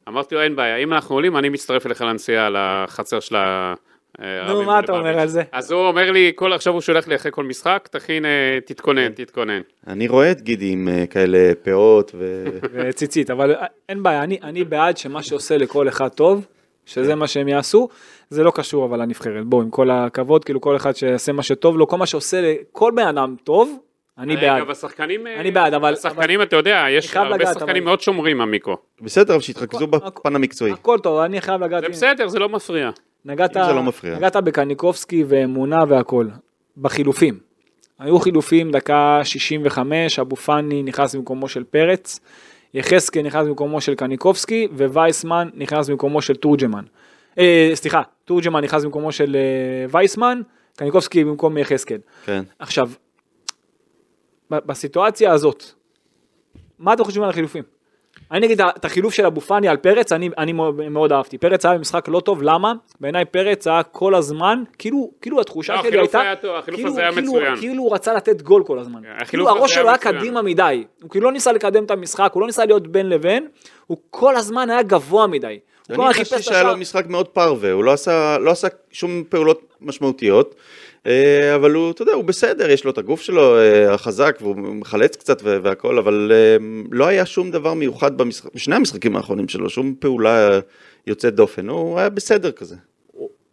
אמרתי לו, אין בעיה, אם אנחנו עולים, אני מצטרף אליך לנסיעה לחצר של ה... אה,
נו,
הרבי
מה אתה
מלובביץ'."
אומר על זה?
אז הוא אומר לי, כל- עכשיו הוא שולח לי אחרי כל משחק, תכין, אה, תתכונן,
כן.
תתכונן.
אני רואה את גידי עם אה, כאלה פאות ו...
וציצית, אבל אין בעיה, אני, אני בעד שמה שעושה לכל אחד טוב, שזה מה שהם יעשו, זה לא קשור אבל לנבחרת, בואו, עם כל הכבוד, כאילו כל אחד שיעשה מה שטוב לו, כל מה שעושה לכל בן אדם טוב, אני בעד.
אגב, השחקנים... אה,
אני בעד, אבל-
השחקנים, אתה יודע, יש
חייב
הרבה
לגעת,
שחקנים
אבל-
מאוד שומרים, המיקרו.
בסדר, אבל שיתרכזו
הכל-
בפן המקצועי.
הכל טוב, אני חייב לגעת,
זה
הנה,
בסדר, זה לא מפריע.
נגעת,
אם זה לא מפריע.
נגעת בקניקובסקי ואמונה והכל, בחילופים. היו חילופים, דקה 65, אבו פאני נכנס במקומו של פרץ, יחזקאל נכנס במקומו של קניקובסקי, ווייסמן נכנס במקומו של תורג'מן. אה, סליחה, תורג'מן נכנס במקומו של אה, וייסמן, קניקובסקי במקום יחזקאל.
כן.
עכשיו, ב- בסיטואציה הזאת, מה אתם חושבים על החילופים? אני נגיד את החילוף של אבו פאני על פרץ, אני, אני מאוד- מאוד אהבתי. פרץ היה במשחק לא טוב, למה? בעיניי פרץ היה כל הזמן, כאילו, כאילו התחושה
לא,
שלי
החילוף
הייתה,
היה טוב, החילוף
כאילו,
הזה היה
כאילו,
מצוין. כן,
כאילו הוא רצה לתת גול כל הזמן.
החילוף
כאילו
הזה
הראש
היה
שלו היה
מצוין.
קדימה מדי, הוא כאילו לא ניסה לקדם את המשחק, הוא לא ניסה להיות בין לבין, הוא כל הזמן היה גבוה מדי. הוא כל
אני
הזמן
חשבתי
חיפש את
שהיה
השער.
לו משחק מאוד פרווה, הוא לא עשה, לא עשה שום פעולות משמעותיות, אה, אבל הוא, אתה יודע, הוא בסדר, יש לו את הגוף שלו אה, החזק, והוא מחלץ קצת ו- והכל, אבל אה, לא היה שום דבר מיוחד במשחק, בשני המשחקים האחרונים שלו, שום פעולה יוצאת דופן, הוא היה בסדר כזה.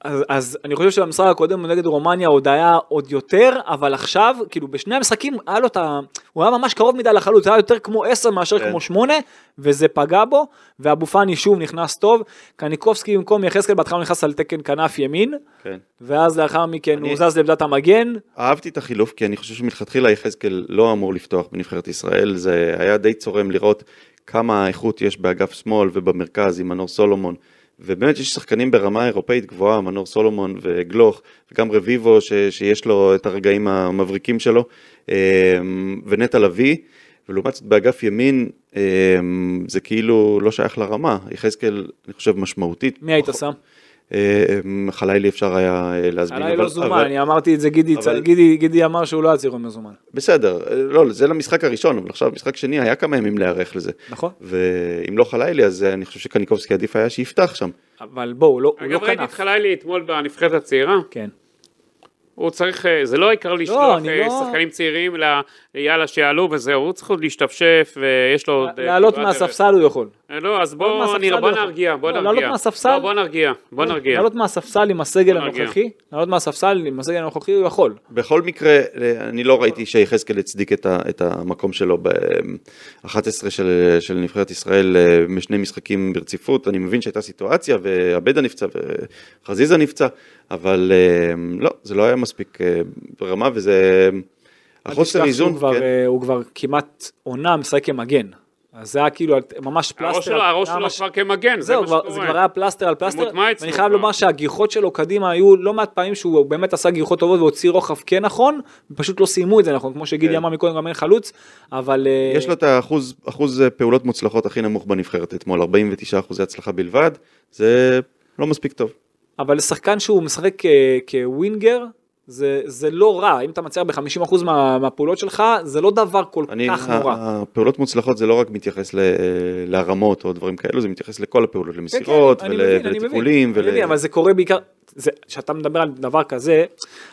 אז, אז אני חושב שבמשחק הקודם נגד רומניה עוד היה עוד יותר, אבל עכשיו, כאילו בשני המשחקים היה לו את ה... הוא היה ממש קרוב מדי לחלוץ, היה יותר כמו 10 מאשר
כן.
כמו 8, וזה פגע בו, ואבו פאני שוב נכנס טוב, קניקובסקי במקום יחזקאל בהתחלה הוא נכנס על תקן כנף ימין,
כן.
ואז לאחר מכן
אני-
הוא זז לעמדת המגן,
אהבתי את החילוף, כי אני חושב שמלכתחילה יחזקאל לא אמור לפתוח בנבחרת ישראל, זה היה די צורם לראות כמה איכות יש באגף שמאל ובמרכז עם מנור סולומון. ובאמת יש שחקנים ברמה אירופאית גבוהה, מנור סולומון וגלוך, וגם רביבו ש, שיש לו את הרגעים המבריקים שלו, אמ, ונטע לביא, ולעומת זאת באגף ימין אמ, זה כאילו לא שייך לרמה, יחזקאל אני חושב משמעותית.
מי היית
פחות-
שם?
אמ, חלילי אפשר היה אה, להזמין.
עליי
אבל-
לא זומן,
אבל-
אני אמרתי את זה, גידי,
אבל-
גידי, גידי אמר שהוא לא היה צריך להיות מזומן,
בסדר, לא, זה למשחק הראשון, אבל עכשיו משחק שני, היה כמה ימים להיערך לזה.
נכון?
ואם לא חלילי, אז אני חושב שקניקובסקי עדיף היה שיפתח שם.
אבל בואו, לא, הוא לא
אגב, ראיתי את
כנף.
חלילי אתמול בנבחרת הצעירה.
כן.
הוא צריך, אה, זה לא העיקר לשלוח
אני
אה,
לא-
שחקנים צעירים ל... יאללה, שיעלו וזהו, הוא צריך עוד להשתפשף ויש לו עוד... אה,
לעלות
כברת דרך.
מהספסל הוא יכול.
אה, לא, אז
לעלות
בואו
מהספסל
נראה, בוא
לא יכול.
נרגיע, בוא
לא,
נרגיע.
לעלות מהספסל-
לא, בוא נרגיע, בוא נרגיע.
לעלות מהספסל עם הסגל
בוא נרגיע.
הנוכחי, לעלות מהספסל עם הסגל הנוכחי הוא יכול.
בכל מקרה, אני לא ראיתי שיחזקאל הצדיק את, ה, את המקום שלו ב-11 של, של נבחרת ישראל אה, משני משחקים ברציפות. אני מבין שהייתה סיטואציה, ועבדה נפצע וחזיזה נפצע, אבל אה, לא, זה לא היה מספיק אה, ברמה, וזה... החוסר
אל תשכח
איזון,
שהוא כבר,
כן.
אה, הוא כבר כמעט עונה משחק כמגן. אז זה היה כאילו על- ממש פלסטר.
הראש שלו,
על-
הראש
היה
שלו
ממש-
כבר כמגן, זה
זהו,
מה
כבר-
שקורה.
זה כבר היה פלסטר על פלסטר,
מוטמע אצלו
ואני חייב
כבר.
לומר שהגיחות שלו קדימה היו לא מעט פעמים שהוא באמת עשה גיחות טובות והוציא רוחב כן נכון, פשוט לא סיימו את זה נכון, כמו שגידי
כן.
אמר מקודם גם אין חלוץ, אבל... אה,
יש לו את האחוז אחוז אה, פעולות מוצלחות הכי נמוך בנבחרת אתמול, 49 אחוזי הצלחה בלבד, זה לא מספיק טוב.
אבל שחקן שהוא משחק אה, כווינגר, זה, זה לא רע, אם אתה מצליח ב-50% מה, מהפעולות שלך, זה לא דבר כל
אני,
כך נורא.
ה- הפעולות מוצלחות זה לא רק מתייחס ל- אה, להרמות או דברים כאלו, זה מתייחס לכל הפעולות,
כן,
למסירות
כן, אני
ול-
מבין, אני מבין.
ולטיפולים.
אני
ול-
מבין, אבל זה קורה בעיקר, זה- כשאתה מדבר על דבר כזה,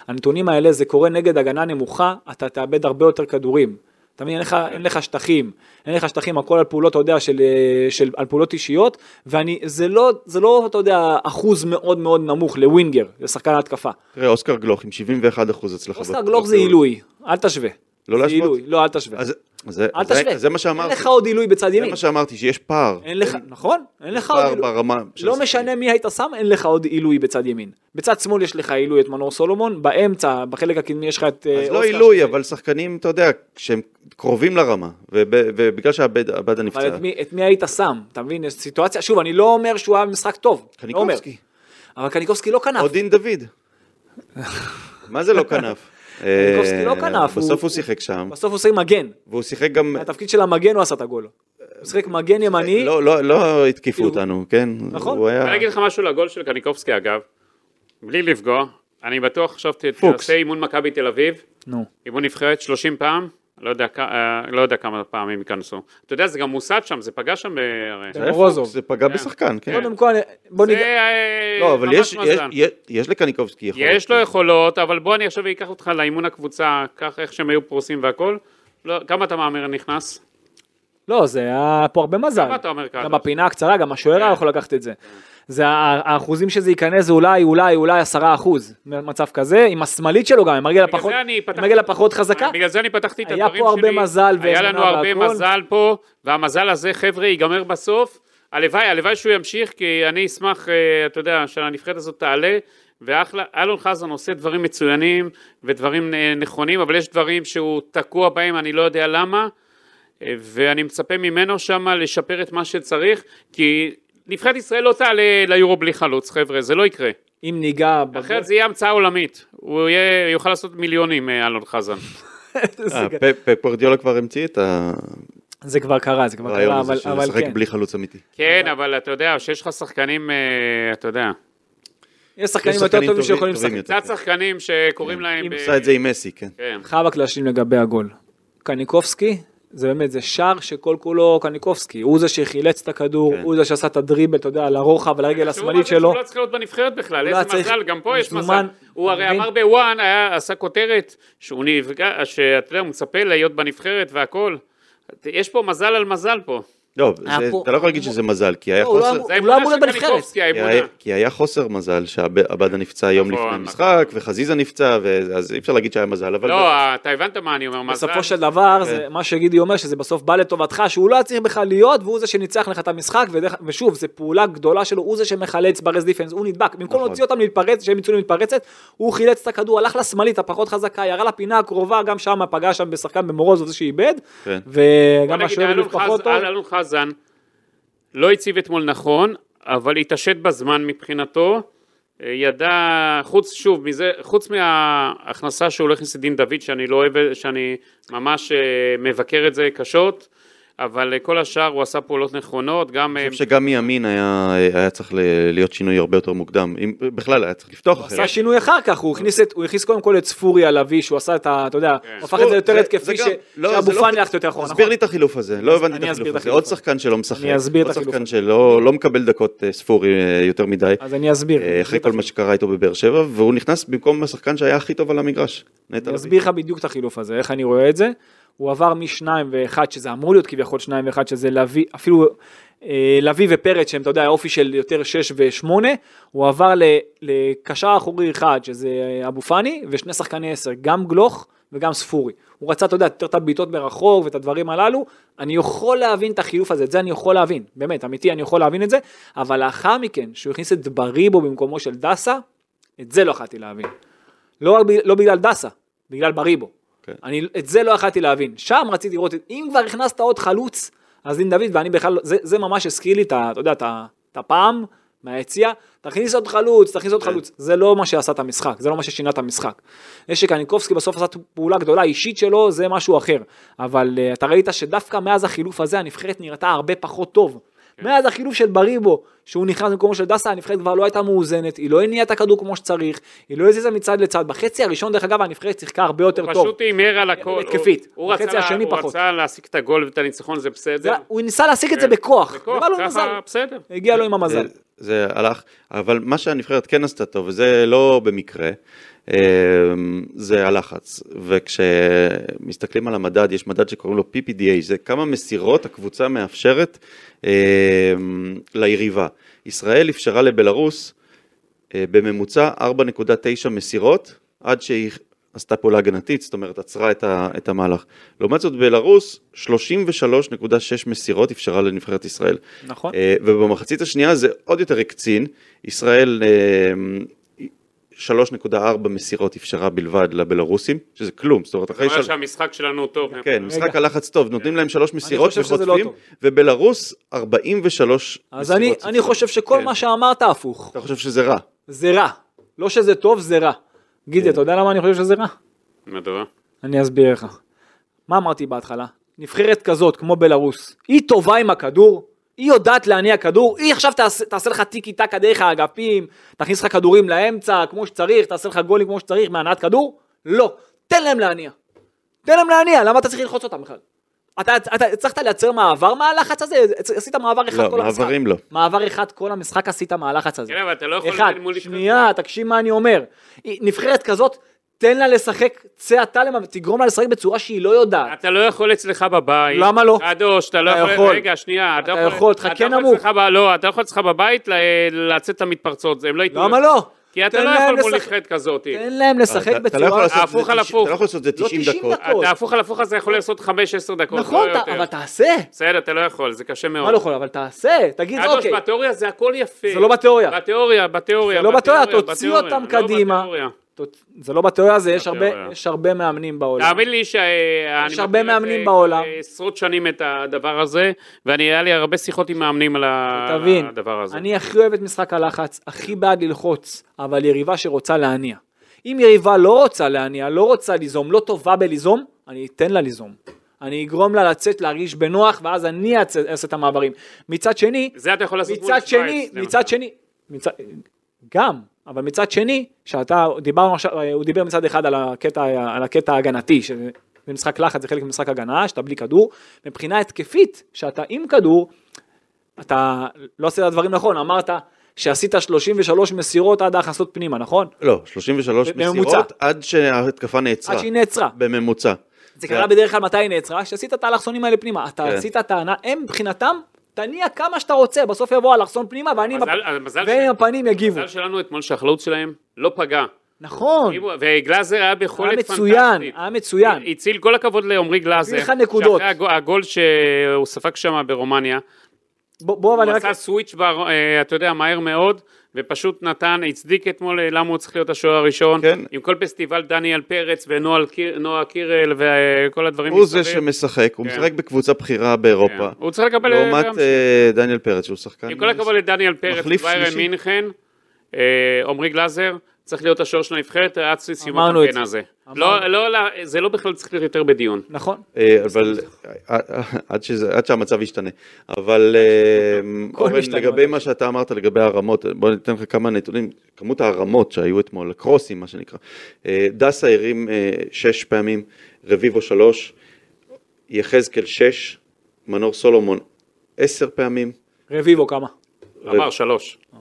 הנתונים האלה, זה קורה נגד הגנה נמוכה, אתה תאבד הרבה יותר כדורים. אתה מבין, אין לך- אין לך שטחים, אין לך שטחים, הכל על פעולות, אתה יודע, של, אה, של, על פעולות אישיות, ואני, זה לא, זה לא, אתה יודע, אחוז מאוד מאוד נמוך לווינגר, לשחקן התקפה.
תראה, אוסקר גלוך עם 71 אחוז הצלחה.
אוסקר
בפעולות.
גלוך זה עילוי, אל תשווה.
אוקיי. לא
זה
להשוות?
עילוי, לא, אל תשווה.
אז- זה-
אל
זה-
תשווה.
זה מה שאמרתי,
אין לך עוד עילוי בצד
זה
ימין.
מה שאמרתי, שיש פער.
אין לך, נכון? אין לך עוד
פער
עילוי.
ברמה. של
לא
השחקנים.
משנה מי היית שם, אין לך עוד עילוי בצד ימין. בצד שמאל יש לך עילוי את מנור סולומון, באמצע, בחלק הקדמי יש לך את אה,
אז
אוסקר.
לא
שזה-
עילוי, אבל שחקנים, אתה יודע, כשהם קרובים לרמה, וב- ובגלל שעבדה
אבל
נפצע,
את מי- את מי היית שם? אתה מבין? יש סיטואציה, שוב, אני לא אומר שהוא היה משחק טוב. לא אומר.
קניקובסקי.
אבל קניקובסקי לא כנף.
או דין דוד. מה זה לא כנף?
מיליקובסקי לא
אה,
כנף, הוא-
בסוף הוא שיחק שם,
בסוף הוא עושה מגן.
והוא שיחק גם...
התפקיד של המגן הוא עשה את הגול. הוא שיחק מגן ימני.
לא, לא, לא התקיפו
כאילו-
אותנו, כן?
נכון.
הוא היה...
אני אגיד לך משהו לגול של קניקובסקי אגב, בלי לפגוע, אני בטוח עכשיו ת- תעשה אימון מכבי תל אביב,
לא.
נו.
אימון נבחרת 30 פעם, לא יודע, כ- אה, לא יודע כמה פעמים ייכנסו. אתה יודע, זה גם מוסד שם, זה פגע שם אה, הרי.
זה היה
מורוזוב.
פוקס, זה פגע בשחקן, כן.
קודם כל, אני- בוא
זה
ניגע.
אה,
לא, אבל יש-
לא, ממש
יש-
מזל.
יש- יש לקניקובסקי יכולת.
יש לו יכולות, אבל בוא אני עכשיו אקח אותך לאימון הקבוצה, כך איך שהם היו פרוסים והכל. לא, כמה אתה מהמר נכנס?
לא, זה היה פה הרבה מזל.
כמה אתה אומר ככה?
גם בפינה הקצרה, גם השוער היה
כן.
יכול לקחת את זה. זה ה- האחוזים שזה ייכנס זה אולי, אולי, אולי עשרה אחוז. מצב כזה, עם השמאלית שלו גם, עם הרגל
בגלל
הפחות,
זה אני פתחתי- אה,
עם הרגל הפחות חזקה.
בגלל זה אני פתחתי את
היה
הדברים שלי.
פה הרבה מזל
היה
ואמונה
לנו הרבה
והכל.
מזל פה, והמזל הזה, חבר'ה, ייגמר בסוף. הלוואי, הלוואי שהוא ימשיך, כי אני אשמח, אה, אתה יודע, שהנבחרת הזאת תעלה. ואחלה, אלון חזן עושה דברים מצוינים ודברים אה, נכונים, אבל יש דברים שהוא תקוע בהם, אני לא יודע למה. אה, ואני מצפה ממנו שם לשפר את מה שצריך, כי נבחרת ישראל לא תעלה ליורו בלי חלוץ, חבר'ה, זה לא יקרה.
אם ניגע, בגול-
אחרת זה יהיה המצאה עולמית. הוא יהיה, יוכל לעשות מיליונים, אה, אלון חזן.
זה
אה,
גם-
פפ- פפ גוורדיולה כבר המציא את ה...
זה כבר קרה, זה כבר
הרעיון
קרה,
הזה
אבל,
של
אבל
לשחק
כן.
בלי חלוץ אמיתי.
כן, אבל אתה יודע, שיש לך שחקנים, אה, אתה יודע,
יש שחקנים
יש
יותר
שחקנים
טובים
טובים-
שיכולים
טובים
לשחק.
יותר.
קצת שחקנים שקוראים להם...
אוקיי. כן. אם
ב-
עשה את זה עם מסי, כן.
כן.
חייב רק להשלים לגבי הגול. קניקובסקי, זה באמת, זה שער שכל כולו קניקובסקי. הוא זה שחילץ את הכדור,
כן.
הוא זה שעשה את הדריבל, אתה יודע, על הרוחב, על הרגל
שהוא מה
השמאלית
זה שהוא
שלו.
לא צריך להיות בנבחרת בכלל,
הוא לא
איזה
צריך-
מזל, גם פה יש
מזומן.
מזל. הוא הרי
מבין?
אמר בוואן, היה- עשה כותרת, שהוא נפגע, שאתה יודע, הוא מצפה להיות בנבחרת והכל. יש פה מזל על מזל פה.
לא, זה-
היה פה-
אתה לא יכול להגיד שזה מזל, כי היה
לא, הוא לא
חוסר...
אמור-
זה
הוא
האמונה
אמור
של
להיות בנבחרת.
קניקובסקי,
כי
האמונה.
היה- כי היה חוסר מזל שעבדה נפצע יום
נכון,
לפני
נכון.
המשחק, וחזיזה נפצע, ו- אז אי אפשר להגיד שהיה מזל, אבל...
לא, אתה הבנת מה אני אומר, מזל.
בסופו של דבר, זה
כן.
מה שגידי אומר, שזה בסוף בא לטובתך, שהוא לא היה צריך בכלל להיות, והוא זה שניצח לך את המשחק, ודרך- ושוב, זו פעולה גדולה שלו, הוא זה שמחלץ ברז דיפנס, הוא נדבק. במקום
נכון.
להוציא אותם להתפרץ, שהם יצאו למתפרצת, הוא חילץ את הכדור, הלך לשמאלית הפחות חזקה, ירה לפינה הקרובה, גם שם פגע שם בשחקן במורוזוב זה שאיבד,
כן.
בוא
וגם
נגיד,
השוער
אלון
הגיב פחות
חז-
טוב.
אלון חזן לא הציב אתמול נכון, אבל התעשת בזמן מבחינתו. אה, ידע, חוץ, שוב, מזה, חוץ מההכנסה שהוא לא הכניס את דין דוד, שאני לא אוהב, שאני ממש אה, מבקר את זה קשות, אבל אה, כל השאר הוא עשה פעולות נכונות, גם... אה,
אני חושב שגם מימין היה, היה צריך ל- להיות שינוי הרבה יותר מוקדם. אם, בכלל היה צריך לפתוח אחרת.
עשה שינוי אחר כך, הוא הכניס, את, הוא הכניס קודם כל את ספורי הלוי, שהוא עשה את ה... אתה יודע,
כן.
הוא הפך את זה יותר התקפי, ש- שאבו פאני הלך יותר אחורה,
לא, תסביר
נכון?
לי את החילוף הזה, לא הבנתי את
אני
החילוף
אסביר את
הזה.
החילוף
עוד שחקן שלא משחק.
אני אסביר את
עוד
החילוף
שחקן
הזה.
שלא לא מקבל דקות אה, ספורי אה, יותר מדי,
אז אני אסביר.
אה, אחרי כל מה שקרה איתו בבאר שבע, והוא נכנס במקום השחקן שהיה הכי טוב על המגרש. נטע
אני
לביא.
אסביר לך בדיוק את החילוף הזה, איך אני רואה את זה. הוא עבר משניים ואחד, שזה אמור להיות כביכול שניים ואחד, שזה לביא, אפילו אה, לביא ופרץ, שהם, אתה יודע, האופי של יותר שש ושמונה, הוא עבר ל- לקשר אחורי אחד, שזה אה, אבו פאני, ושני שחקני עשר, גם גלוך וגם ספורי. הוא רצה, אתה יודע, יותר את הבעיטות מרחוק ואת הדברים הללו. אני יכול להבין את החילוף הזה, את זה אני יכול להבין, באמת, אמיתי, אני יכול להבין את זה, אבל לאחר מכן, שהוא הכניס את בריבו במקומו של דסה, את זה לא יכולתי להבין. לא, רק בג- לא בגלל דסה, בגלל בריבו.
כן.
אני את זה לא יכלתי להבין. שם רציתי לראות, את- אם כבר הכנסת עוד חלוץ, אז דין דוד, ואני בכלל, לא- זה, זה ממש הזכיר לי את ה... אתה יודע, את ה- את הפעם מהיציע, תכניס עוד חלוץ, תכניס עוד חלוץ. זה לא מה שעשה את המשחק, זה לא מה ששינה את המשחק. זה שקניקובסקי בסוף עשה פעולה גדולה אישית שלו, זה משהו אחר. אבל אה, אתה ראית שדווקא מאז החילוף הזה, הנבחרת נראתה הרבה פחות טוב.
כן.
מאז החילוף של בריבו, שהוא נכנס במקומו של דסה, הנבחרת כבר לא הייתה מאוזנת, היא לא הניעה את הכדור כמו שצריך, היא לא הזיזה מצד לצד. בחצי הראשון, דרך אגב, הנבחרת שיחקה הרבה יותר
הוא
טוב.
פשוט הימר על הכל.
התקפית.
הוא- הוא רצה
בחצי
לה-
השני
הוא
פחות.
רצה להשיג את הגול ואת הניצחון, זה
זה,
בסדר.
הוא ניסה להשיג את זה
כן.
בכוח.
בכוח,
זה בא לו עם
ככה, כן. אה,
המזל.
בסדר.
הגיע לו עם המזל.
זה- זה הלך, אבל מה שהנבחרת כן עשתה טוב, וזה לא במקרה, אה, זה הלחץ. וכשמסתכלים על המדד, יש מדד שקוראים לו PPDA, זה כמה מסירות הקבוצה מאפשרת אה, ליריבה. ישראל אפשרה לבלארוס אה, בממוצע 4.9 מסירות, עד שהיא עשתה פעולה הגנתית, זאת אומרת עצרה את, ה, את המהלך. לעומת זאת בלארוס, 33.6 מסירות אפשרה לנבחרת ישראל.
נכון.
אה, ובמחצית השנייה זה עוד יותר הקצין, ישראל אה, 3.4 מסירות אפשרה בלבד לבלרוסים, שזה כלום, זאת אומרת
זה
אחרי
אומר
של...
שהמשחק שלנו הוא טוב.
כן, משחק הלחץ טוב, נותנים להם שלוש מסירות
חושב שזה לא
וחוטפים,
טוב.
ובלרוס 43
אז
מסירות.
אני, אני
ספורות.
חושב שכל
כן.
מה שאמרת הפוך.
אתה חושב שזה רע.
זה רע. לא שזה טוב, זה רע. גידי,
כן.
אתה יודע למה אני חושב שזה רע?
מדוע?
אני אסביר לך. מה אמרתי בהתחלה? נבחרת כזאת, כמו בלרוס, היא טובה עם הכדור, היא יודעת להניע כדור, היא עכשיו תעשה, תעשה לך טיקי טקה דרך האגפים, תכניס לך כדורים לאמצע כמו שצריך, תעשה לך גולים כמו שצריך מהנעת כדור? לא. תן להם להניע. תן להם להניע, למה אתה צריך ללחוץ אותם בכלל? אתה, אתה הצלחת לייצר מעבר מהלחץ הזה? עשית מעבר אחד
לא,
כל המשחק.
מעברים לא.
מעבר אחד כל המשחק עשית מהלחץ הזה.
כן, אבל אתה לא יכול...
אחד,
מול-
שנייה, תקשיב מה אני אומר. היא- נבחרת כזאת, תן לה לשחק, צא אתה למה, תגרום לה לשחק בצורה שהיא לא יודעת.
אתה לא יכול אצלך בבית.
למה לא?
קדוש, אתה לא
אתה
יכול...
יכול.
רגע, שנייה. אתה
אתה יכול,
אתה
תחכה
יכול
נמוך.
אצלך ב- לא, אתה לא יכול אצלך בבית ל- לצאת את המתפרצות, הם לא ייתנו...
למה
לך.
לא?
כי אתה
תן
לא
להם
יכול מול
לשחק-
נבחרת כזאת.
תן להם לשחק
אתה- אתה לא יכול
בצורה...
לעשות את זה
הפוך על
90
הפוך.
אתה לא יכול לעשות את זה
לא
90
90
דקות.
דקות.
אתה הפוך על הפוך הזה יכול לעשות 15 דקות,
נכון,
לא
אתה-
יותר.
אבל תעשה.
בסדר, אתה לא יכול, זה קשה מאוד.
מה לא יכול, אבל תעשה, תגיד
קדוש,
אוקיי.
בתיאוריה זה הכל יפה.
זה לא בתיאוריה.
בתיאוריה, בתיאוריה.
זה לא בתיאוריה,
בתיאוריה,
תוציא
בתיאוריה,
אותם
לא
קדימה.
בתיאוריה.
ת- זה לא בתיאוריה, זה יש
בתיאוריה.
הרבה- יש הרבה מאמנים בעולם.
תאמין לי שה...
יש
אני
הרבה
מכיר את זה
מאמנים בעולם.
כבר עשרות שנים את הדבר הזה, ואני, היה לי הרבה שיחות עם מאמנים על ה-
תבין,
על הדבר הזה.
אני הכי אוהב את משחק הלחץ, הכי בעד ללחוץ, אבל יריבה שרוצה להניע. אם יריבה לא רוצה להניע, לא רוצה ליזום, לא טובה בליזום, אני אתן לה ליזום. אני אגרום לה לצאת, להרגיש בנוח, ואז אני אעשה אעשה את המעברים. מצד שני,
זה אתה יכול לעשות מול
מצד שני,
שווייץ, למשל.
מצד שני, מצד- גם, אבל מצד שני, שאתה, דיברנו עכשיו, הוא דיבר מצד אחד על הקטע, על הקטע ההגנתי, שזה משחק לחץ, זה חלק ממשחק הגנה, שאתה בלי כדור, מבחינה התקפית, שאתה עם כדור, אתה לא עשית את הדברים נכון, אמרת שעשית 33 מסירות עד ההכנסות פנימה, נכון?
לא, 33
בממוצע.
מסירות עד שההתקפה נעצרה.
עד שהיא נעצרה.
בממוצע.
זה קרה בדרך כלל מתי היא נעצרה? שעשית את האלכסונים האלה פנימה, אתה
כן.
עשית טענה, הם מבחינתם, תניע כמה שאתה רוצה, בסוף יבוא האלכסון פנימה ואני עם
מזל-
הפ-
מזל ש-
והם הפנים יגיבו.
המזל שלנו אתמול שהחלוץ שלהם לא פגע.
נכון.
אם הוא- וגלאזר היה
היה
ביכולת
מצוין,
פנטסטית.
היה מצוין.
הציל כל הכבוד לעומרי גלאזר.
הביא לך נקודות.
שאחרי הגו- הגול שהוא ספג שם ברומניה,
בוא- בוא אבל
הוא
אני רק...
עשה סוויץ', בר- אה, אתה יודע, מהר מאוד, ופשוט נתן, הצדיק אתמול אה, למה הוא צריך להיות השוער הראשון.
כן.
עם כל פסטיבל דניאל פרץ ונועה קירל וכל הדברים
הוא זה
מסביב.
שמשחק, הוא
כן.
משחק בקבוצה בכירה
כן.
באירופה.
הוא צריך לקבל...
לעומת
גם-
אה, דניאל פרץ, שהוא שחקן...
עם כל הכבוד לדניאל פרץ,
מחליף
ביירן
שלישי.
מינכן, אה, עמרי גלאזר, צריך להיות השוער של הנבחרת עד סיום
אמרנו את
הקמפיין
זה.
הזה.
אמרנו.
לא, לא, לא, זה לא בכלל צריך להיות יותר בדיון.
נכון.
אה, אבל אה, אה, עד שזה- עד שהמצב ישתנה. אבל אה,
הכל
אורן,
משתנה
לגבי
במצב.
מה שאתה אמרת לגבי הרמות, בוא ניתן לך כמה נתונים. כמות הרמות שהיו אתמול, הקרוסים מה שנקרא. אה, דסה הרים אה, שש פעמים, רביבו שלוש, יחזקאל שש, מנור סולומון עשר פעמים,
רביבו כמה? אה,
אמר שלוש.
לא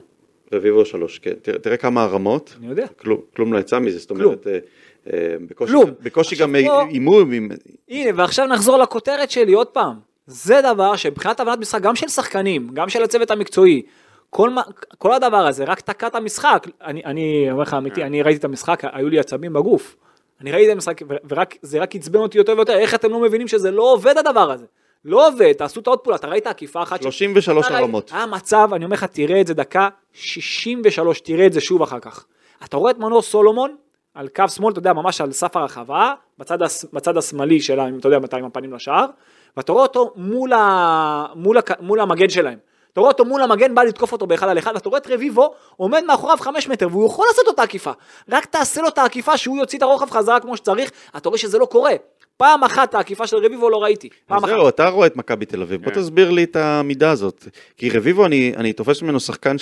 רביבו שלוש. כן, תראה- תראה כמה הרמות.
אני יודע.
כלום, כלום לא יצא מזה, זאת
כלום.
אומרת, אה, אה, בקושי,
כלום.
בקושי
עכשיו
גם
פה-
איימו, עם-
הנה, ועכשיו נחזור לכותרת שלי עוד פעם. זה דבר שמבחינת הבנת משחק, גם של שחקנים, גם של הצוות המקצועי, כל, מה, כל הדבר הזה רק תקע את המשחק. אני, אני אומר לך אמיתי, אני ראיתי את המשחק, היו לי עצבים בגוף. אני ראיתי את המשחק, ו- ורק, זה רק עצבן אותי יותר ויותר, איך אתם לא מבינים שזה לא עובד הדבר הזה? לא עובד, תעשו את העוד פעולה, אתה ראית עקיפה אחת? ש-
33
אתה ראית-
הרמות.
היה מצב, אני אומר לך, תראה את זה דקה 63, תראה את זה שוב אחר כך. אתה רואה את מנור סולומון על קו שמאל, אתה יודע, ממש על סף הרחבה, בצד, הש, בצד השמאלי שלה, אם אתה יודע מתי עם הפנים לשער, ואתה רואה אותו מול, ה, מול, הק, מול המגן שלהם. אתה רואה אותו מול המגן, בא לתקוף אותו באחד על אחד, ואתה רואה את רביבו עומד מאחוריו חמש מטר, והוא יכול לעשות לו את העקיפה. רק תעשה לו את העקיפה שהוא יוציא את הרוחב חזרה כמו שצריך, אתה רואה שזה לא קורה. פעם אחת את העקיפה של רביבו לא ראיתי.
אז
פעם אחת.
זהו, אתה רואה את מכבי תל אביב, בוא
כן.
תסביר לי את המידה הזאת. כי רביבו, אני אני תופס ממנו שחקן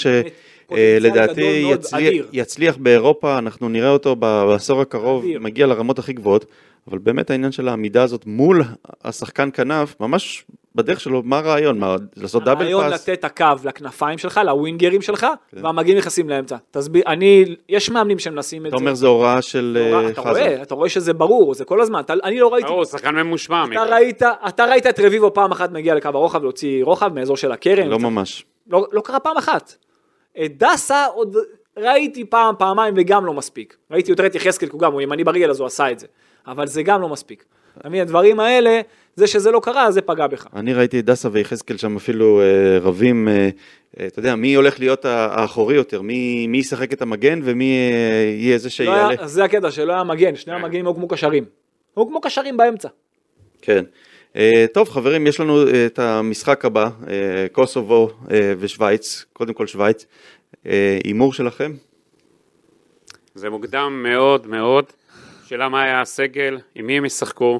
פוטנציאל
שלדעתי
גדול מאוד, אדיר.
יצליח באירופה, אנחנו נראה אותו ב- בעשור הקרוב,
אדיר.
מגיע לרמות הכי גבוהות, אבל באמת העניין של העמידה הזאת מול השחקן כנף, ממש בדרך שלו, מה הרעיון? מה, לעשות דאבל
הרעיון
פאס?
לתת הקו לכנפיים שלך, לווינגרים שלך,
כן.
והמגנים נכנסים לאמצע. תסביר, אני, יש מאמנים שמנסים את
אתה
זה.
אומר זו הוראה של
אתה רואה-
אה,
אתה
חזן.
רואה, אתה רואה שזה ברור, זה כל הזמן. אתה- אני לא ראיתי,
ברור, שחקן ממושמע.
אתה
מיקו.
ראית, אתה ראית את רביבו פעם אחת מגיע לקו הרוחב להוציא רוחב מאזור של הקרן.
לא ממש.
לא, לא קרה פעם אחת. את דסה עוד ראיתי פעם, פעמיים וגם לא מספיק. ראיתי יותר את יחזקאל, כי הוא גם, הוא ימני ברגל אז הוא עשה את זה. אבל זה גם לא מספיק. אתה מבין, הדברים האלה, זה שזה לא קרה, זה פגע בך.
אני ראיתי את דסה ויחזקאל שם אפילו אה, רבים, אה, אה, אתה יודע, מי הולך להיות ה- האחורי יותר, מי מי ישחק את המגן ומי אה, יהיה זה
לא היה-
שיעלה.
זה הקטע שלא היה מגן, שני המגנים היו כמו קשרים. היו כמו קשרים באמצע.
כן. אה, טוב חברים, יש לנו אה, את המשחק הבא, אה, קוסובו אה, ושוויץ, קודם כל שוויץ. אה, הימור שלכם?
זה מוקדם מאוד מאוד. שאלה מה היה הסגל, עם מי הם ישחקו,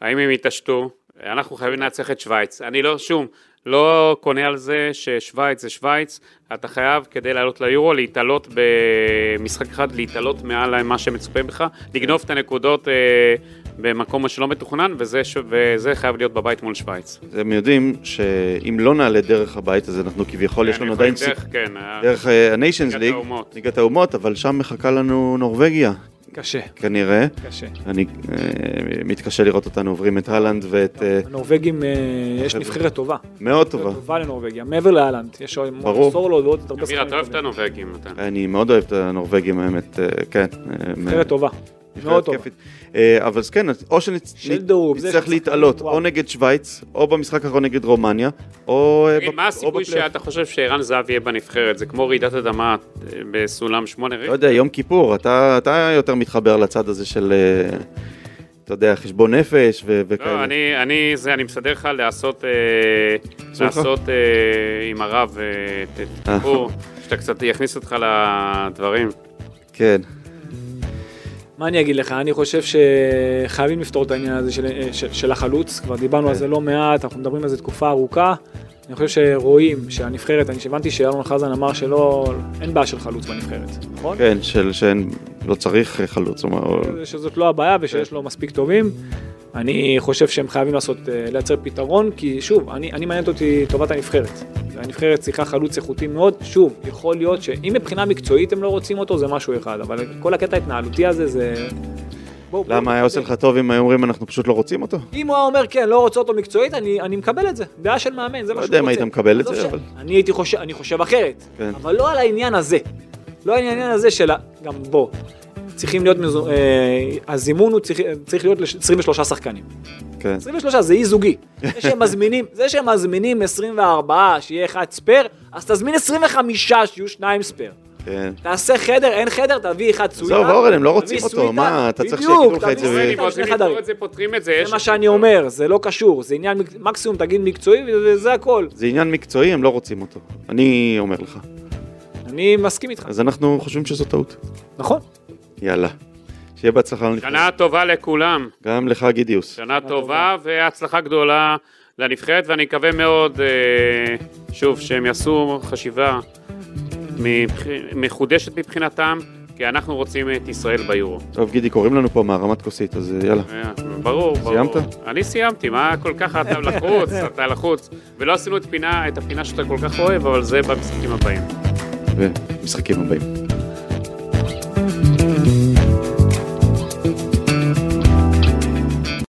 האם הם יתעשתו. אנחנו חייבים לנצח את שווייץ. אני לא, שום, לא קונה על זה ששווייץ זה שווייץ. אתה חייב, כדי לעלות ליורו, להתעלות במשחק אחד, להתעלות מעל מה שמצופה בך, לגנוב את הנקודות אה, במקום שלא מתוכנן, וזה, ש- וזה חייב להיות בבית מול שווייץ.
אתם יודעים שאם לא נעלה דרך הבית הזה, אנחנו כביכול, יש לנו
כן,
עדיין
דרך-
סיכוי.
כן,
דרך אה, הניישנס
ליגת
ליג,
האומות.
ליגת האומות, אבל שם מחכה לנו נורבגיה,
קשה,
כנראה.
קשה.
אני אה, מתקשה לראות אותנו עוברים את הלנד ואת... אה,
הנורבגים, אה, יש
חבר'ה.
נבחרת טובה.
מאוד טובה.
נבחרת טובה לנורבגיה, מעבר לאלנט. יש עוד
ברור.
סורלו ועוד הרבה
אמיר, אתה אוהב את
טובים.
הנובגים, אתה.
אני מאוד אוהב את הנורבגים האמת, אה, כן. אה,
נבחרת טובה.
נבחרת
מאוד טובה.
כיפית. אה, אבל אז כן, אז או
של דירוג, זה
שנצטרך
של
להתעלות,
שחקנים, וואו.
או נגד שווייץ, או במשחק האחרון נגד רומניה, או... אה,
תגיד,
ב-
מה
או
הסיכוי
בפלייאוף.
שאתה חושב שערן זהב יהיה בנבחרת? זה כמו רעידת אדמה אה, בסולם שמונה
לא
רגע?
יודע, יום כיפור, אתה אתה יותר מתחבר לצד הזה של, אה, אתה יודע, חשבון נפש ו-
לא,
וכאלה.
אני, אני, זה, אני מסדר לך לעשות, אה,
סולחה?
לעשות אה, עם הרב, אה, ת-
אה.
תתקעו, שאתה קצת יכניס אותך לדברים.
כן.
מה אני אגיד לך, אני חושב שחייבים לפתור את העניין הזה של, של, של החלוץ, כבר דיברנו
כן.
על זה לא מעט, אנחנו מדברים על זה תקופה ארוכה. אני חושב שרואים שהנבחרת, אני הבנתי שאלון חזן אמר שלא, אין בעיה של חלוץ בנבחרת, נכון?
כן, של, שאין, לא צריך חלוץ, הוא אמר,
זה שזאת לא הבעיה ושיש לו מספיק טובים. אני חושב שהם חייבים לעשות, אה, לייצר פתרון, כי שוב, אני, אני מעניינת אותי טובת הנבחרת. הנבחרת צריכה חלוץ איכותי מאוד, שוב, יכול להיות שאם מבחינה מקצועית הם לא רוצים אותו, זה משהו אחד, אבל כל הקטע ההתנהלותי הזה זה... בוא, בוא,
למה היה עושה לך טוב אם היו אומרים אנחנו פשוט לא רוצים אותו?
אם הוא היה אומר כן, לא רוצה אותו מקצועית, אני, אני מקבל את זה. דעה של מאמן, זה מה שהוא רוצה.
לא יודע אם היית מקבל את
עזוב
זה,
ש-
אבל-
אני הייתי חושב, אני חושב אחרת.
כן.
אבל לא על העניין הזה. לא על העניין הזה של ה... גם בוא. צריכים להיות, מזו... אה, הזימון הוא צריך, צריך להיות לש- 23 שחקנים.
כן.
23 זה אי זוגי. זה שהם מזמינים, זה שהם מזמינים 24 שיהיה אחד ספייר, אז תזמין 25 שיהיו שניים ספייר.
כן.
תעשה חדר, אין חדר, תביא אחד סויטה.
עזוב, אורן, הם לא
תביא
רוצים אותו,
סויטה.
מה, אתה צריך
בדיוק,
שיגידו לך
תביא
את זה ב-
סויטה,
אם
אם
שני
רוצים
חדרים.
לפתור את זה, פותרים את זה. יש-
זה מה שאני אומר, זה לא קשור, זה עניין, מקסימום תגיד מקצועי וזה הכל.
זה עניין מקצועי, הם לא רוצים אותו. אני אומר לך.
אני מסכים איתך,
אז אנחנו חושבים שזו טעות.
נכון?
יאללה. שיהיה בהצלחה לנבחרת.
שנה טובה לכולם.
גם לך גידיוס.
שנה טובה והצלחה גדולה לנבחרת, ואני מקווה מאוד, אה, שוב, שהם יעשו חשיבה מבח- מחודשת מבחינתם, כי אנחנו רוצים את ישראל ביורו.
טוב גידי, קוראים לנו פה מהרמת כוסית, אז אה, יאללה.
אה, ברור, ברור.
סיימת?
אני סיימתי, מה כל כך אתה לחוץ, אתה לחוץ. ולא עשינו את פינה- את הפינה שאתה כל כך אוהב, אבל זה במשחקים הבאים.
ומשחקים הבאים.